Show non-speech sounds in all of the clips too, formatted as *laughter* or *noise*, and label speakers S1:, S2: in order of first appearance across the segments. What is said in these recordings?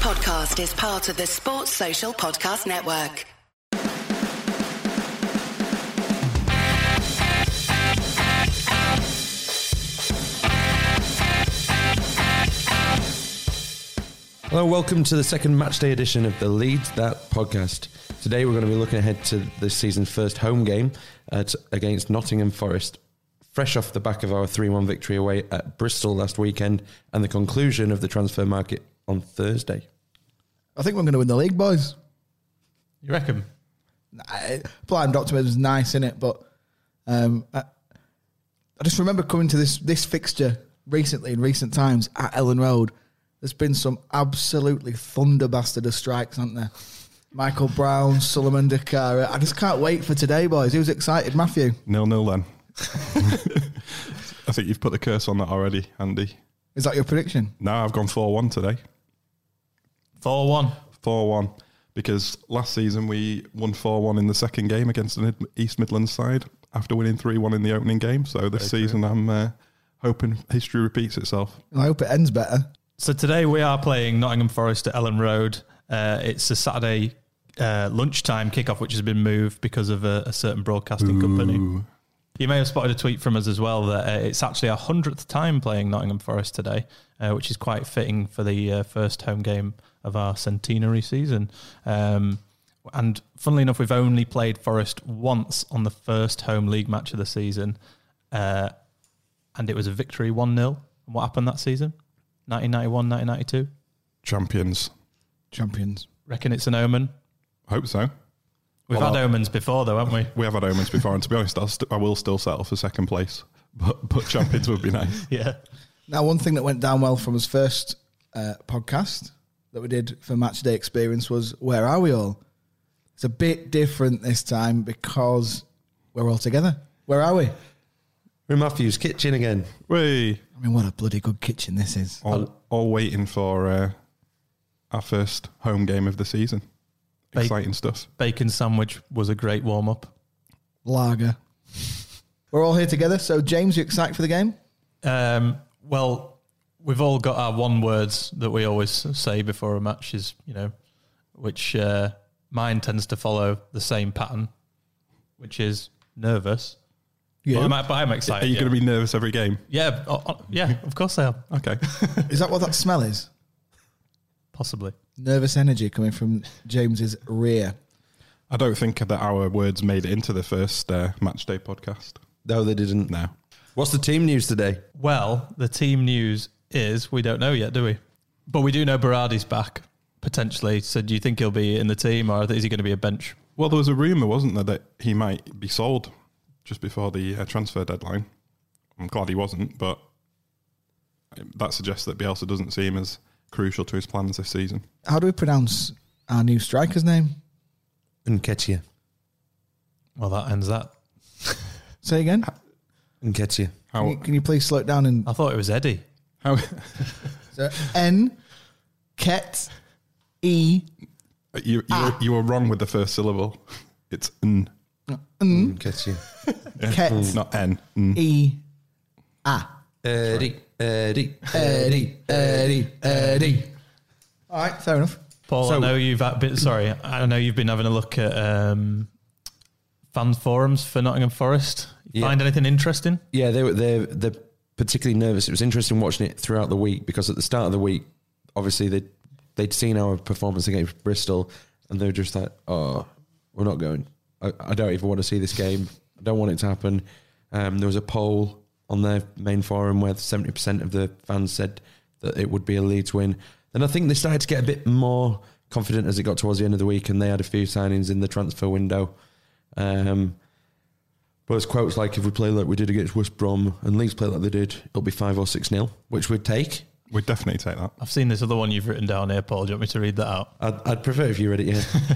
S1: podcast is part of the Sports Social Podcast Network.
S2: Hello, welcome to the second matchday edition of the Leeds That podcast. Today we're going to be looking ahead to this season's first home game at, against Nottingham Forest, fresh off the back of our 3 1 victory away at Bristol last weekend and the conclusion of the transfer market on Thursday.
S3: I think we're going to win the league, boys.
S4: You reckon?
S3: I- Blind optimism is nice, isn't it? But um, I, I just remember coming to this this fixture recently in recent times at Ellen Road. There's been some absolutely thunder bastard of strikes, aren't there? Michael Brown, Solomon Dakara. I just can't wait for today, boys. Who's excited, Matthew?
S5: Nil nil then. *laughs* I think you've put the curse on that already, Andy.
S3: Is that your prediction?
S5: Now I've gone 4 1 today.
S4: 4 1.
S5: 4 1. Because last season we won 4 1 in the second game against an Id- East Midlands side after winning 3 1 in the opening game. So this season I'm uh, hoping history repeats itself.
S3: I hope it ends better.
S4: So today we are playing Nottingham Forest at Ellen Road. Uh, it's a Saturday uh, lunchtime kickoff, which has been moved because of a, a certain broadcasting company. You may have spotted a tweet from us as well that uh, it's actually our hundredth time playing Nottingham Forest today, uh, which is quite fitting for the uh, first home game of our centenary season. Um, and funnily enough, we've only played Forest once on the first home league match of the season, uh, and it was a victory one 0 What happened that season? 1991, 1992.
S5: Champions.
S3: Champions.
S4: Reckon it's an omen.
S5: Hope so.
S4: We've
S5: Well,
S4: had omens before, though,
S5: *laughs*
S4: haven't we?
S5: We have had omens before, and to be honest, I'll st- I will still settle for second place. But, but champions would be
S4: *laughs*
S5: nice.
S4: Yeah.
S3: Now, one thing that went down well from his first uh, podcast that we did for Match Day Experience was Where Are We All? It's a bit different this time because we're all together. Where are we? I
S2: We're in Matthew's kitchen again.
S5: We
S3: mean, what a bloody good kitchen this is.
S5: all, all waiting for uh, our first home game of the season.
S4: Big-
S5: Exciting stuff.
S4: Bacon sandwich was a great warm up.
S3: Lager. We're all here together. So, James, you excited for the game?
S4: Um, well, we've all got our one words that we always say before a match is, you know, which uh, mine tends to follow the same pattern, which is nervous. Yeah. But I'm, but I'm
S5: Are
S4: excited.
S5: you
S4: Uh, yeah.
S5: going to be nervous every game?
S4: Yeah, o- o- yeah, of course I am.
S5: Okay. *laughs*
S3: Is that what that smell is?
S4: Possibly.
S3: Nervous energy coming from James's rear.
S5: I don't think that our words made it into the first uh, match day podcast.
S2: No, they didn't.
S5: No.
S2: What's the team news today?
S4: Well, the team news is we don't know yet, do we? But we do know Berardi's back potentially. So do you think he'll be in the team, or is he going to be a bench?
S5: Well, there was a rumour, wasn't there, that he might be sold just before the uh, transfer deadline. I'm glad he wasn't, but that suggests that Bielsa doesn't see him as crucial to his plans this season.
S3: How do we pronounce our new striker's name?
S2: Nketia.
S4: Well, that ends that.
S3: Say again.
S2: Nketia.
S3: Can
S5: How
S3: you, can you please slow it down and
S4: I thought it was Eddie.
S5: how
S3: So N Ket E
S5: Uh, you you, were, you were wrong with the first syllable. *laughs* It's n,
S3: Hmm?
S2: Nketia.
S3: Ket
S5: not n. N.
S3: E
S2: Eddie. Eddie.
S3: Eddie Eddie Eddie. All right, fair enough.
S4: Paul, I
S2: So-
S4: know you've had bit, sorry, I know you've been having a look at um, fan forums for Nottingham Forest. You
S2: Yeah.
S4: Find anything interesting?
S2: Yeah, they were they're they're particularly nervous. It was interesting watching it throughout the week because at the start of the week, obviously they they'd seen our performance against Bristol, and they were just like, "Oh, we're not going. I, I don't even want to see this game. I don't want it to happen." Um, there was a poll on their main forum where seventy percent of the fans said that it would be a Leeds win. Then I think they started to get a bit more confident as it got towards the end of the week, and they had a few signings in the transfer window. Um, but it's quotes like if we play like we did against West Brom and Leeds play like they did, it'll be five or six nil, which we'd take.
S5: We'd definitely take that.
S4: I've seen this other one you've written down here, Paul. Do you want me to read that out?
S2: I'd, I'd prefer if you read it. *laughs* Yeah,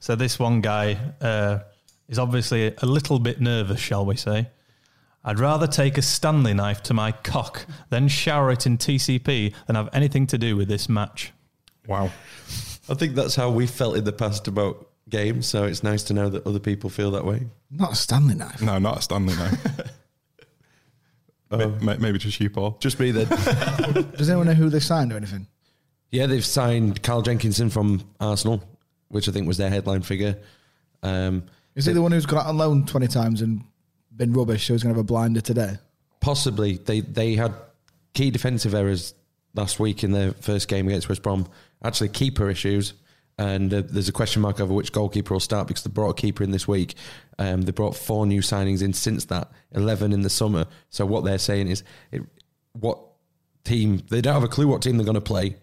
S4: So this one guy uh, is obviously a little bit nervous, shall we say? I'd rather take a Stanley knife to my cock, then shower it in TCP, than have anything to do with this match.
S5: Wow.
S2: I think that's how we felt in the past about games. So it's nice to know that other people feel that way.
S3: Not a Stanley knife.
S5: No, not a Stanley.
S2: *laughs*
S5: No. Ma- ma- maybe just you, Paul.
S2: Um, Just me then.
S3: Does anyone know who they signed or anything?
S2: Yeah, they've signed Carl Jenkinson from Arsenal, which I think was their headline figure. Um,
S3: Is he the one who's gone out on loan 20 times and been rubbish, so he's going to have a blinder today?
S2: possibly they they had key defensive errors last week in their first game against West Brom. Actually, keeper issues, and uh, there's a question mark over which goalkeeper will start because they brought a keeper in this week. Um, they brought four new signings in since that, eleven in the summer. So what they're saying is, it, what team they don't have a clue what team they're going to play.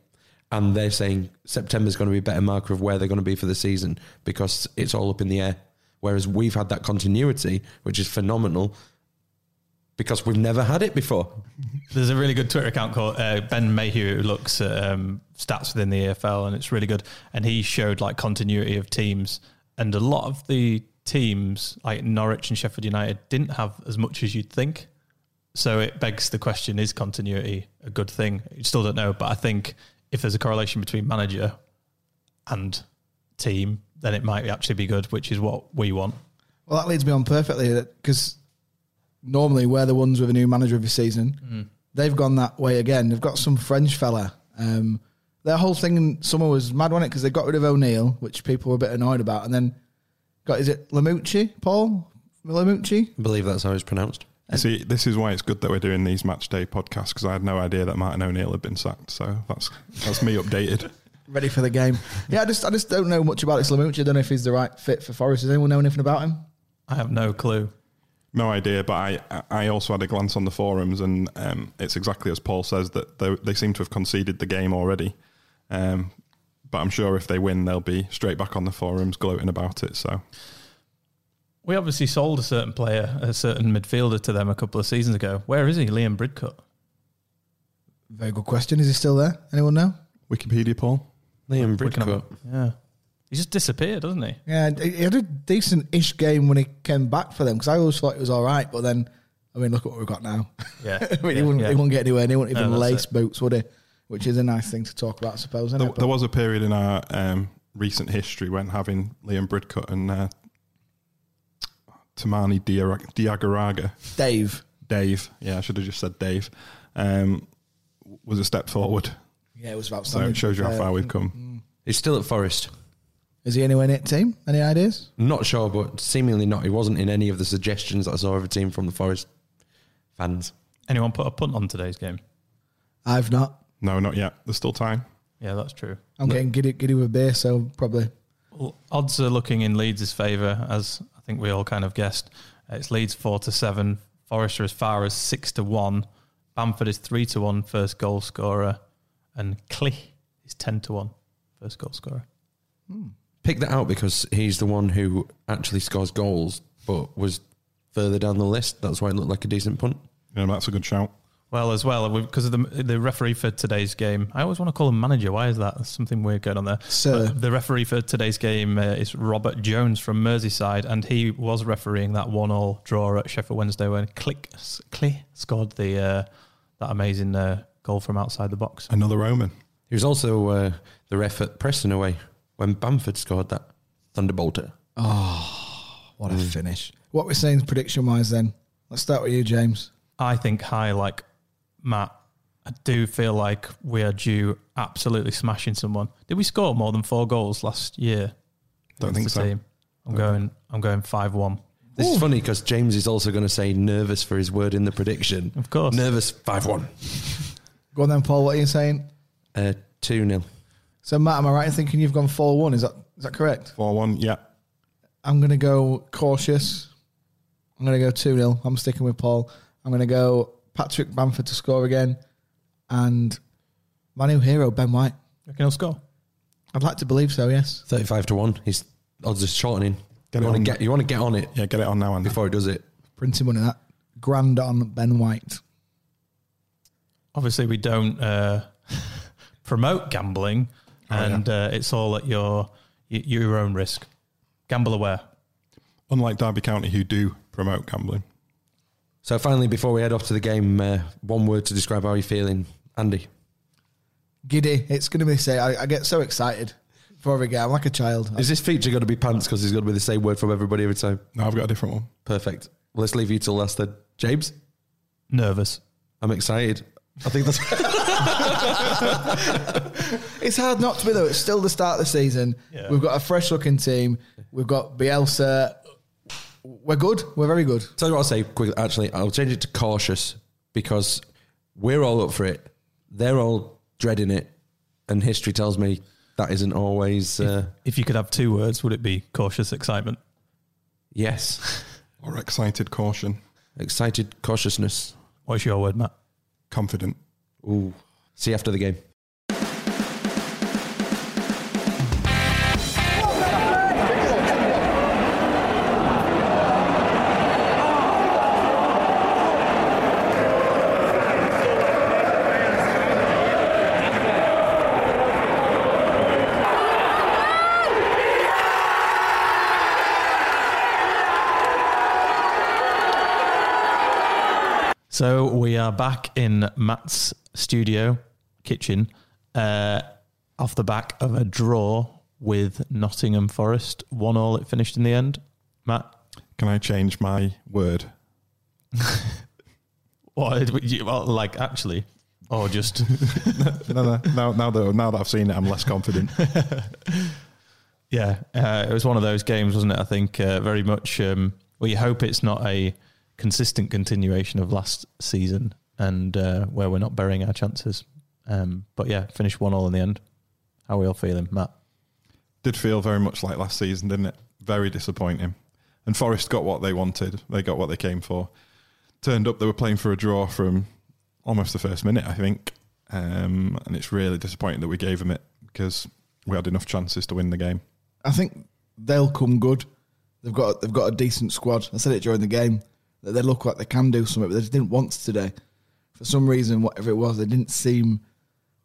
S2: And they're saying September's going to be a better marker of where they're going to be for the season because it's all up in the air. Whereas we've had that continuity, which is phenomenal because we've never had it before.
S4: There's a really good Twitter account called uh, Ben Mayhew who looks at um, stats within the EFL, and it's really good. And he showed like continuity of teams, and a lot of the teams like Norwich and Sheffield United didn't have as much as you'd think. So it begs the question: Is continuity a good thing? You still don't know, but I think if there's a correlation between manager and team, then it might actually be good, which is what we want.
S3: Well, that leads me on perfectly because normally we're the ones with a new manager every season. They've gone that way again. They've got some French fella. Um, their whole thing in summer was mad, wasn't it? Because they got rid of O'Neill, which people were a bit annoyed about, and then got is it Lamucci, Paul Lamucci?
S2: I believe that's how it's pronounced.
S5: You *laughs* see, this is why it's good that we're doing these match day podcasts because I had no idea that Martin O'Neill had been sacked. So that's that's me updated. *laughs*
S3: Ready for the *laughs* game? yeah, I just I just don't know much about this Lamucci. I don't know if he's the right fit for Forest. Does anyone know anything about him?
S4: I have no clue.
S5: No idea, but I I also had a glance on the forums, and um, it's exactly as Paul says that they, they seem to have conceded the game already. Um, but I'm sure if they win, they'll be straight back on the forums gloating about it. So
S4: We obviously sold a certain player, a certain midfielder to them a couple of seasons ago. Where is he, Liam Bridcut?
S3: Very good question. Is he still there? Anyone know?
S5: Wikipedia, Paul.
S2: Liam
S4: We can have
S2: Bridcut.
S4: a- Yeah. He just disappeared, doesn't he?
S3: Yeah, he he had a decent ish game when he came back for them because I always thought it was all right, but then I mean, look at what we've got now. *laughs*
S4: Yeah.
S3: I mean, he, wouldn't, he wouldn't get anywhere. And he wouldn't
S4: No,
S3: even
S4: that's
S3: lace
S4: it.
S3: boots, would he? Which is a nice thing to talk about, I suppose. Isn't
S5: There,
S3: it?
S5: there was a period in our um, recent history when having Liam Bridcut and uh, Tamani Diarra- Diagaraga,
S3: But Dave.
S5: Dave, yeah, I should have just said Dave, um, was a step forward.
S3: Yeah, it was
S5: So
S3: outstanding.
S5: it shows you how
S3: Uh,
S5: far we've come.
S2: He's still at Forest.
S3: Is he anywhere in it, team? Any ideas?
S2: Not sure, but seemingly not. He wasn't in any of the suggestions that I saw of a team from the Forest fans.
S4: Anyone put a punt on today's game?
S3: I've not.
S5: No, not yet. There's still time.
S4: Yeah, that's true.
S3: I'm getting giddy, giddy with beer, so probably.
S4: Well, odds are looking in Leeds' favour, as I think we all kind of guessed. Uh, It's Leeds four to seven. Forrester as far as six to one. Bamford is three to one first goal scorer, and Clee is ten to one first goal scorer.
S2: Pick that out because he's the one who actually scores goals, but was further down the list. That's why it looked like a decent punt.
S5: Yeah, that's a good shout.
S4: Well, as well because of the the referee for today's game. I always want to call him manager. Why is that? There's something weird going on there.
S3: Sir.
S4: But the referee for today's game uh, is Robert Jones from Merseyside, and he was refereeing that one-all draw at Sheffield Wednesday when Click Clee scored the uh, that amazing uh, goal from outside the box.
S5: Another Roman.
S2: He was also uh, the ref at Preston away when Bamford scored that thunderbolter.
S3: What a finish. What we're saying prediction wise then. Let's start with you, James.
S4: I think high like Matt. I do feel like we are due absolutely smashing someone. Did we score more than four goals last year?
S5: Don't
S4: against
S5: think
S4: the
S5: so.
S4: Team? I'm going. I'm going five-one.
S2: This is funny because James is also going to say nervous for his word in the prediction.
S4: Of course.
S2: Nervous 5 1.
S3: Go on then, Paul. What are you saying?
S2: Uh, 2 0.
S3: So, Matt, am I right in thinking you've gone 4 1? Is that is that correct?
S5: 4 1, yeah.
S3: I'm going to go cautious. I'm going to go 2 0. I'm sticking with Paul. I'm going to go Patrick Bamford to score again and my new hero, Ben White.
S4: Reckon he'll score.
S3: I'd like to believe so, yes.
S2: 35 to 1. His odds are shortening.
S5: Get it
S2: you, want
S5: on.
S2: to get, you want to get on it
S5: Yeah, get it on now, Andy.
S2: before he does it.
S3: Printing money that. Grand on Ben White.
S4: obviously we don't uh, *laughs* promote gambling, and uh, it's all at your y- your own risk. Gamble aware.
S5: Unlike Derby County, who do promote gambling.
S2: So, finally, before we head off to the game, uh, one word to describe how you're feeling, Andy.
S3: Giddy. It's going to be say. I, I get so excited for every game. I'm like a child.
S2: Is this feature going to be pants because he's going to be the same word from everybody every time?
S5: No, I've got a different one.
S2: Perfect. Well, let's leave you till last then. James,
S4: Nervous.
S2: *laughs* I'm excited. I think that's.
S3: It's hard not to be though. It's still the start of the season.
S4: Yeah.
S3: We've got a fresh looking team. We've got Bielsa. We're good. We're very good.
S2: Tell you what I'll say quickly. Actually, I'll change it to cautious because we're all up for it. They're all dreading it, and history tells me that isn't always uh,
S4: If you could have two words, would it be cautious excitement?
S2: yes.
S5: Or excited caution.
S2: Excited cautiousness.
S4: What's your word, Matt?
S5: Confident.
S2: Ooh. See you after the game.
S4: So we are back in Matt's studio kitchen, uh, off the back of a draw with Nottingham Forest, one all. It finished in the end. Matt,
S5: Can I change my word?
S4: what? You, *laughs* well, like actually, or just
S5: *laughs* No, no, now, now, that, now that I've seen it, I'm less confident. *laughs*
S4: Yeah, uh, it was one of those games, wasn't it? I think uh, very much. Um, well, you hope it's not a consistent continuation of last season and uh, where we're not burying our chances. Um, but yeah, finished one all in the end. How are we all feeling, Matt?
S5: Did feel very much like last season, didn't it? Very disappointing. And Forest got what they wanted. They got what they came for. Turned up, they were playing for a draw from almost the first minute, I think. Um, and it's really disappointing that we gave them it because we had enough chances to win the game.
S3: I think they'll come good. They've got they've got a decent squad. I said it during the game that they look like they can do something, but they just didn't want to today. For some reason, whatever it was, they didn't seem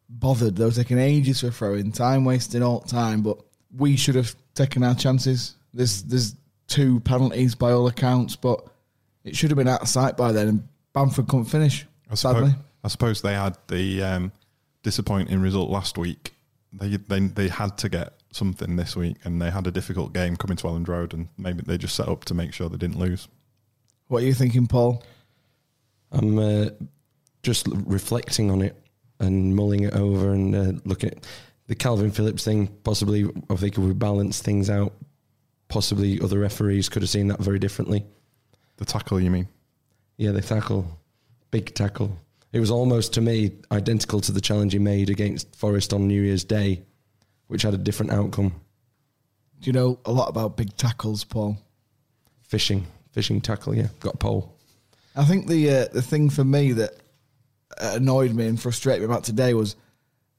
S3: bothered. They were taking ages for throwing, time wasting all the time. But we should have taken our chances. There's there's two penalties by all accounts, but it should have been out of sight by then. And Bamford couldn't finish.
S5: I suppose,
S3: Sadly,
S5: I suppose they had the um, disappointing result last week. They, they they had to get something this week, and they had a difficult game coming to Elland Road, and maybe they just set up to make sure they didn't lose.
S3: what are you thinking, Paul?
S2: I'm uh, just l- reflecting on it and mulling it over and uh, look at the Calvin Phillips thing. Possibly, I think if we balance things out, possibly other referees could have seen that very differently.
S5: The tackle, you mean?
S2: Yeah, the tackle, big tackle. It was almost to me identical to the challenge he made against Forest on New Year's Day, which had a different outcome.
S3: Do you know a lot about big tackles, Paul?
S2: Fishing, fishing tackle. Yeah, got a pole.
S3: I think the uh, the thing for me that uh, annoyed me and frustrated me about today was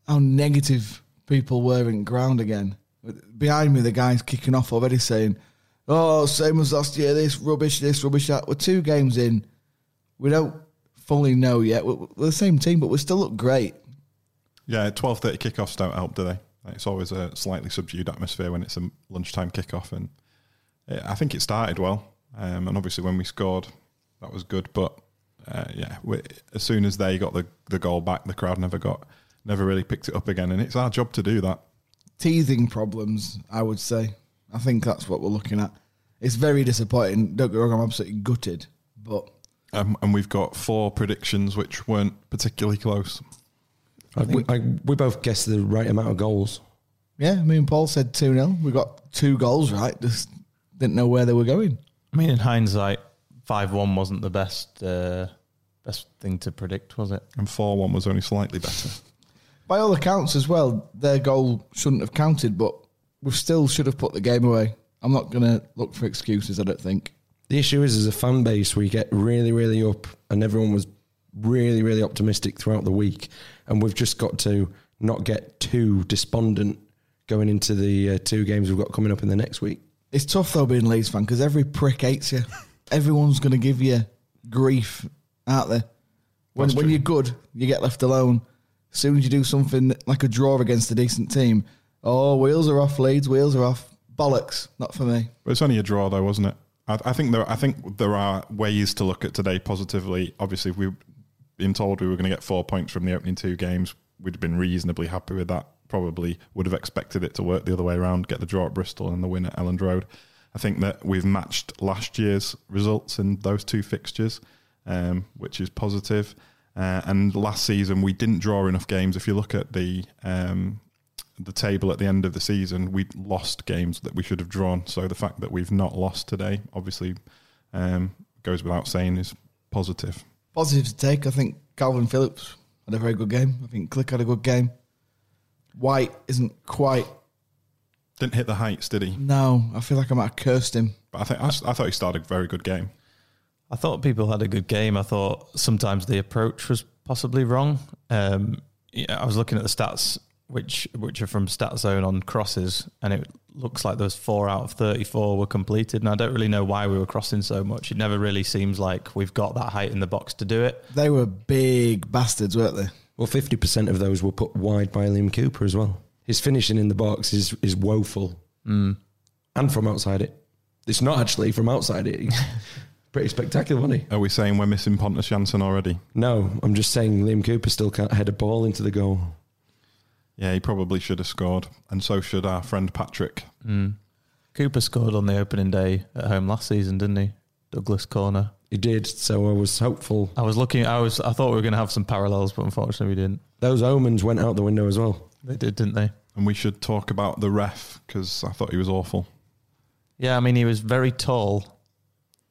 S3: how negative people were in ground again. Behind me, the guys kicking off already saying, "Oh, same as last year. This rubbish. This rubbish. That." We're two games in. We don't fully know yet. We're, we're the same team, but we still look great.
S5: Yeah, twelve thirty kickoffs don't help, do they? Like, It's always a slightly subdued atmosphere when it's a lunchtime kickoff, and eh, I think it started well. Um, and obviously, when we scored, that was good. But uh, yeah, we, as soon as they got the, the goal back, the crowd never got, never really picked it up again. And it's our job to do that.
S3: teething problems, I would say. I think that's what we're looking at. It's very disappointing. Don't get me wrong, I'm absolutely gutted. But
S5: Um, and we've got four predictions which weren't particularly close.
S2: I, we, I, we both guessed the right amount of goals.
S3: yeah, me and Paul said 2 0. We got two goals right, just didn't know where they were going.
S4: I mean, in hindsight, five one wasn't the best uh, best thing to predict, was it?
S5: And 4 1 was only slightly better.
S3: By all accounts, as well, their goal shouldn't have counted, but we still should have put the game away. I'm not going to look for excuses, I don't think.
S2: The issue is, as a fan base, we get really, really up, and everyone was really, really optimistic throughout the week, and we've just got to not get too despondent going into the uh, two games we've got coming up in the next week.
S3: It's tough though being a Leeds fan because every prick hates you. Everyone's going to give you grief, aren't they? When,
S5: That's
S3: when
S5: true.
S3: you're good, you get left alone. As soon as you do something like a draw against a decent team, oh, wheels are off, Leeds, wheels are off. Bollocks, not for me.
S5: But it's only a draw, though, wasn't it? I, I think there. I think there are ways to look at today positively. Obviously, if we've been told we were going to get four points from the opening two games. We'd have been reasonably happy with that. Probably would have expected it to work the other way around. Get the draw at Bristol and the win at Elland Road. I think that we've matched last year's results in those two fixtures, um, which is positive. Uh, and last season we didn't draw enough games. If you look at the um, the table at the end of the season, we lost games that we should have drawn. So the fact that we've not lost today, obviously, um, goes without saying, is positive.
S3: Positive to take. I think Calvin Phillips had a very good game. I think Click had a good game. White isn't quite.
S5: Didn't hit the heights, did he?
S3: No, I feel like I might have cursed him.
S5: But I think I, I thought he started a very good game.
S4: I thought people had a good game. I thought sometimes the approach was possibly wrong. Um, yeah, I was looking at the stats, which which are from Stat Zone on crosses, and it looks like those four out of thirty-four were completed. And I don't really know why we were crossing so much. It never really seems like we've got that height in the box to do it.
S3: They were big bastards, weren't they?
S2: Well, fifty percent of those were put wide by Liam Cooper as well. His finishing in the box is is woeful, and from outside it, it's not actually from outside it. He's pretty spectacular, wasn't he?
S5: Are we saying we're missing Pontus Janssen already?
S2: No, I'm just saying Liam Cooper still can't head a ball into the goal.
S5: Yeah, he probably should have scored, and so should our friend Patrick.
S4: Cooper scored on the opening day at home last season, didn't he? Douglas corner.
S2: He did, so I was hopeful.
S4: I was looking. I was. I thought we were going to have some parallels, but unfortunately, we didn't.
S2: Those omens went out the window as well.
S4: They did, didn't they?
S5: And we should talk about the ref because I thought he was awful.
S4: Yeah, I mean, he was very tall,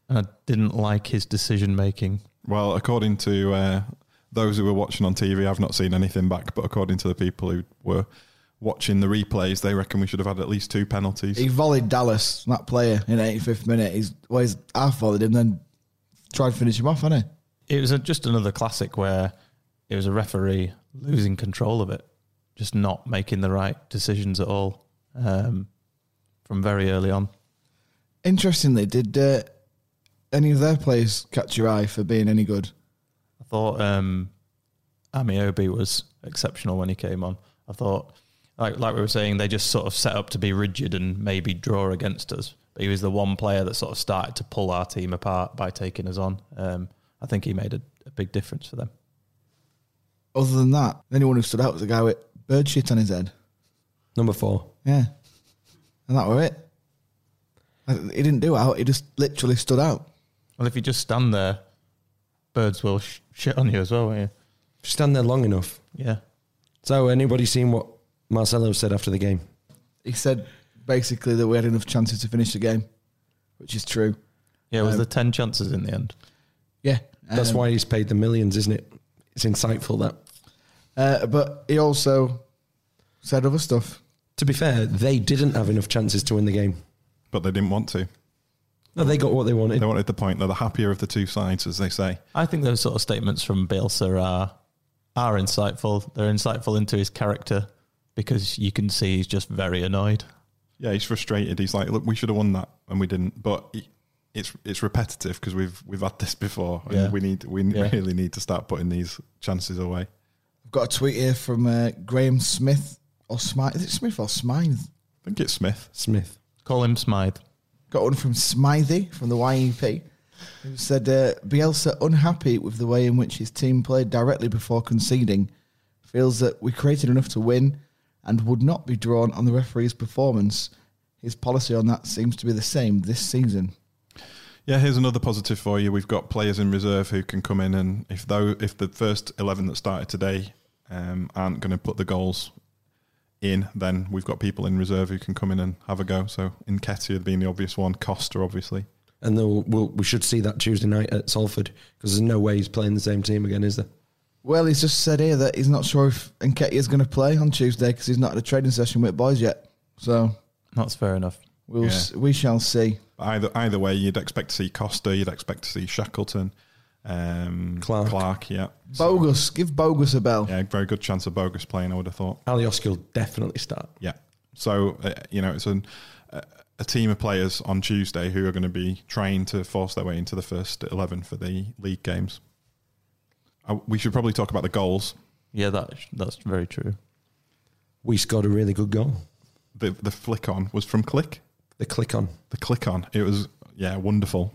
S4: and I didn't like his decision making.
S5: Well, according to uh, those who were watching on TV, I've not seen anything back, but according to the people who were watching the replays, they reckon we should have had at least two penalties.
S3: He volleyed Dallas, that player, in the 85th minute. He's, well, he's half volleyed him, then tried to finish him off, hasn't he?
S4: It was a, just another classic where it was a referee losing control of it, just not making the right decisions at all um, from very early on.
S3: Interestingly, did uh, any of their players catch your eye for being any good?
S4: I thought um, Amiobi was exceptional when he came on. I thought, like like we were saying, they just sort of set up to be rigid and maybe draw against us. But he was the one player that sort of started to pull our team apart by taking us on. Um, I think he made a, a big difference for them.
S3: Other than that, anyone who stood out was a guy with bird shit on his head.
S2: Number four.
S3: Yeah. And that were it. I- He didn't do out, he just literally stood out.
S4: Well, if you just stand there, birds will sh- shit on you as well, won't you?
S2: Stand there long enough.
S4: Yeah.
S2: So, anybody seen what Marcelo said after the game?
S3: He said basically that we had enough chances to finish the game, which is true.
S4: Yeah, it was
S3: Um,
S4: the 10 chances in the end.
S3: Yeah.
S2: That's
S3: Um,
S2: why he's paid the millions, isn't it? It's insightful that.
S3: Uh, but he also said other stuff.
S2: To be fair, they didn't have enough chances to win the game.
S5: But they didn't want to.
S2: No, they got what they wanted.
S5: They wanted the point. They're the happier of the two sides, as they say.
S4: I think those sort of statements from Bielsa are, are insightful. They're insightful into his character because you can see he's just very annoyed.
S5: Yeah, he's frustrated. He's like, look, we should have won that, and we didn't. But he- it's it's repetitive because we've we've had this before, and
S4: Yeah.
S5: we need we
S4: Yeah.
S5: really need to start putting these chances away.
S3: I've got a tweet here from uh, Graham Smith or Smythe. Is it Smith or Smythe?
S5: I think it's Smith.
S2: Smith.
S4: Call him Smythe.
S3: Got one from Smythe from the YEP. Who said uh, Bielsa unhappy with the way in which his team played directly before conceding, feels that we created enough to win, and would not be drawn on the referee's performance. His policy on that seems to be the same this season.
S5: Yeah, here's another positive for you. We've got players in reserve who can come in, and if though if the first eleven that started today um, aren't going to put the goals in, then we've got people in reserve who can come in and have a go. So Nketiah being the obvious one, Costa obviously.
S2: And they'll, we'll, we should see that Tuesday night at Salford because there's no way he's playing the same team again, is there?
S3: Well, he's just said here that he's not sure if Nketiah's going to play on Tuesday because he's not had a training session with boys yet. So
S4: That's fair enough.
S3: we'll
S5: Yeah.
S3: s- we shall see.
S5: But either either way, you'd expect to see Costa, you'd expect to see Shackleton, um,
S2: Clark.
S5: Clark, yeah, So,
S3: Bogus, give Bogus a bell.
S5: yeah, very good chance of bogus playing. I would have thought.
S2: Alioski will definitely start.
S5: Yeah. So uh, you know, it's an, uh, a team of players on Tuesday who are going to be trying to force their way into the first eleven for the league games. Uh, we should probably talk about the goals.
S4: Yeah, that, that's very true.
S2: We scored a really good goal.
S5: The the flick on was from Click.
S2: The click on.
S5: The click on. It was yeah, wonderful,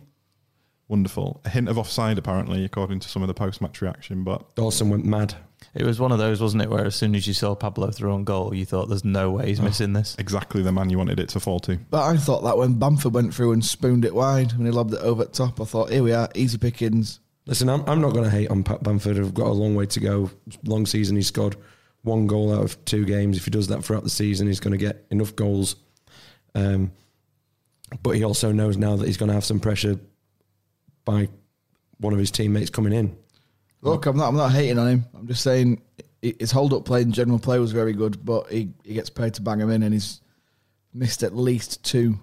S5: wonderful. A hint of offside apparently, according to some of the post match reaction. But
S2: Dawson went mad.
S4: It was one of those, wasn't it, where as soon as you saw Pablo throw on goal, you thought there's no way he's missing this.
S5: exactly the man you wanted it to fall to.
S3: But I thought that when Bamford went through and spooned it wide when he lobbed it over the top, I thought, here we are, easy pickings.
S2: Listen, I'm, I'm not going to hate on Pat Bamford. I've got a long way to go. Long season, he's scored one goal out of two games. If he does that throughout the season, he's going to get enough goals. Um, but he also knows now that he's going to have some pressure by one of his teammates coming in.
S3: Look, I'm not. I'm not hating on him. I'm just saying i- his hold up play and general play was very good, but he, he gets paid to bang him in, and he's missed at least two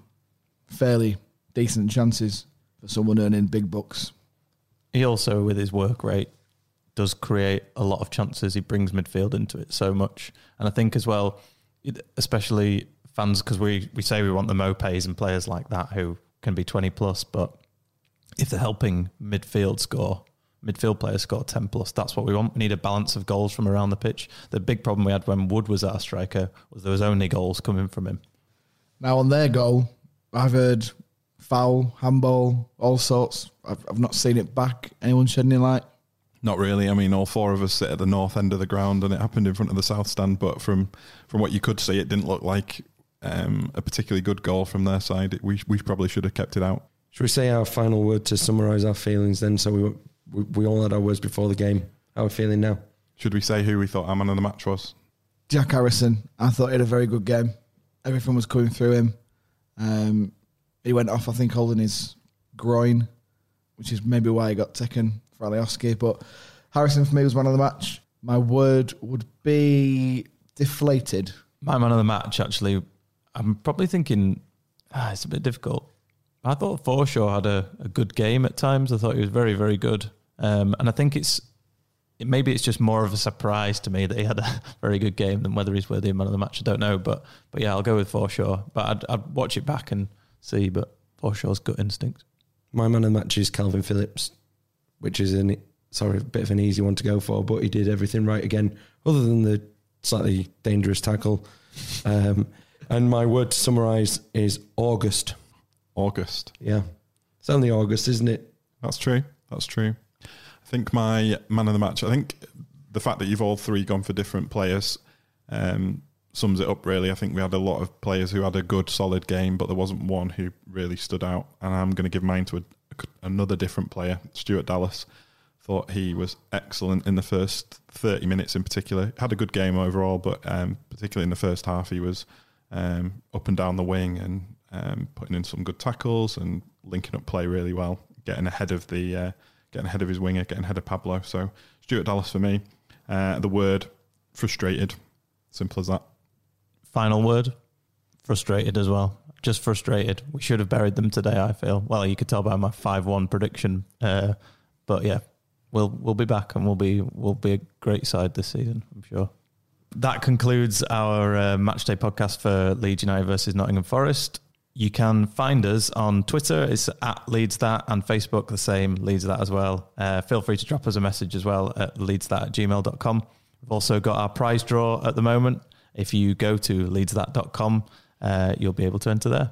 S3: fairly decent chances for someone earning big bucks.
S4: He also, with his work rate, does create a lot of chances. He brings midfield into it so much, and I think as well, it- especially fans, because we we say we want the Mopes and players like that who can be twenty plus, but if they're helping midfield score, midfield players score ten plus, that's what we want. We need a balance of goals from around the pitch. The big problem we had when Wood was our striker was there was only goals coming from him.
S3: Now on their goal, I've heard foul, handball, all sorts. I've, I've not seen it back. Anyone shed any light?
S5: Not really. I mean, all four of us sit at the north end of the ground, and it happened in front of the south stand. But from from what you could see, it didn't look like um, a particularly good goal from their side. It- We we probably should have kept it out.
S2: Should we say our final word to summarise our feelings then? So we, were- we we all had our words before the game. How are we feeling now?
S5: Should we say who we thought our man of the match was?
S3: Jack Harrison, I thought he had a very good game. Everything was coming through him. Um, he went off, I think, holding his groin, which is maybe why he got taken for Alioski. But Harrison, for me, was man of the match. My word would be deflated.
S4: My man of the match, actually, I'm probably thinking ah, it's a bit difficult. I thought Forshaw had a, a good game at times. I thought he was very, very good. Um, and I think it's it, maybe it's just more of a surprise to me that he had a *laughs* very good game than whether he's worthy of man of the match. I don't know, but but yeah, I'll go with Forshaw. But I'd, I'd watch it back and see. But Forshaw's gut instinct.
S2: My man of the match is Calvin Phillips, which is an sorry, a bit of an easy one to go for, but he did everything right again, other than the slightly dangerous tackle. Um, and my word to summarise is August.
S5: August.
S2: Yeah, it's only August, isn't it?
S5: That's true. That's true. I think my man of the match. I think the fact that you've all three gone for different players um, sums it up. Really, I think we had a lot of players who had a good, solid game, but there wasn't one who really stood out. And I'm going to give mine to a, another different player, Stuart Dallas. Thought he was excellent in the first 30 minutes, in particular. Had a good game overall, but um, particularly in the first half, he was um, up and down the wing and um, putting in some good tackles and linking up play really well, getting ahead of the uh, getting ahead of his winger, getting ahead of Pablo. So Stuart Dallas for me. Uh, the word frustrated, simple as that.
S4: Final word, frustrated as well. Just frustrated. We should have buried them today. I feel. Well, you could tell by my five-one prediction. Uh, but yeah, we'll we'll be back and we'll be we'll be a great side this season. I'm sure. That concludes our uh, matchday podcast for Leeds United versus Nottingham Forest. You can find us on Twitter. It's at Leeds That and Facebook, the same, Leeds That as well. Uh, feel free to drop us a message as well at leadsthat at gmail.com. We've also got our prize draw at the moment. If you go to leadsthat.com, uh, you'll be able to enter there.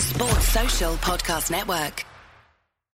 S1: Sports Social Podcast Network.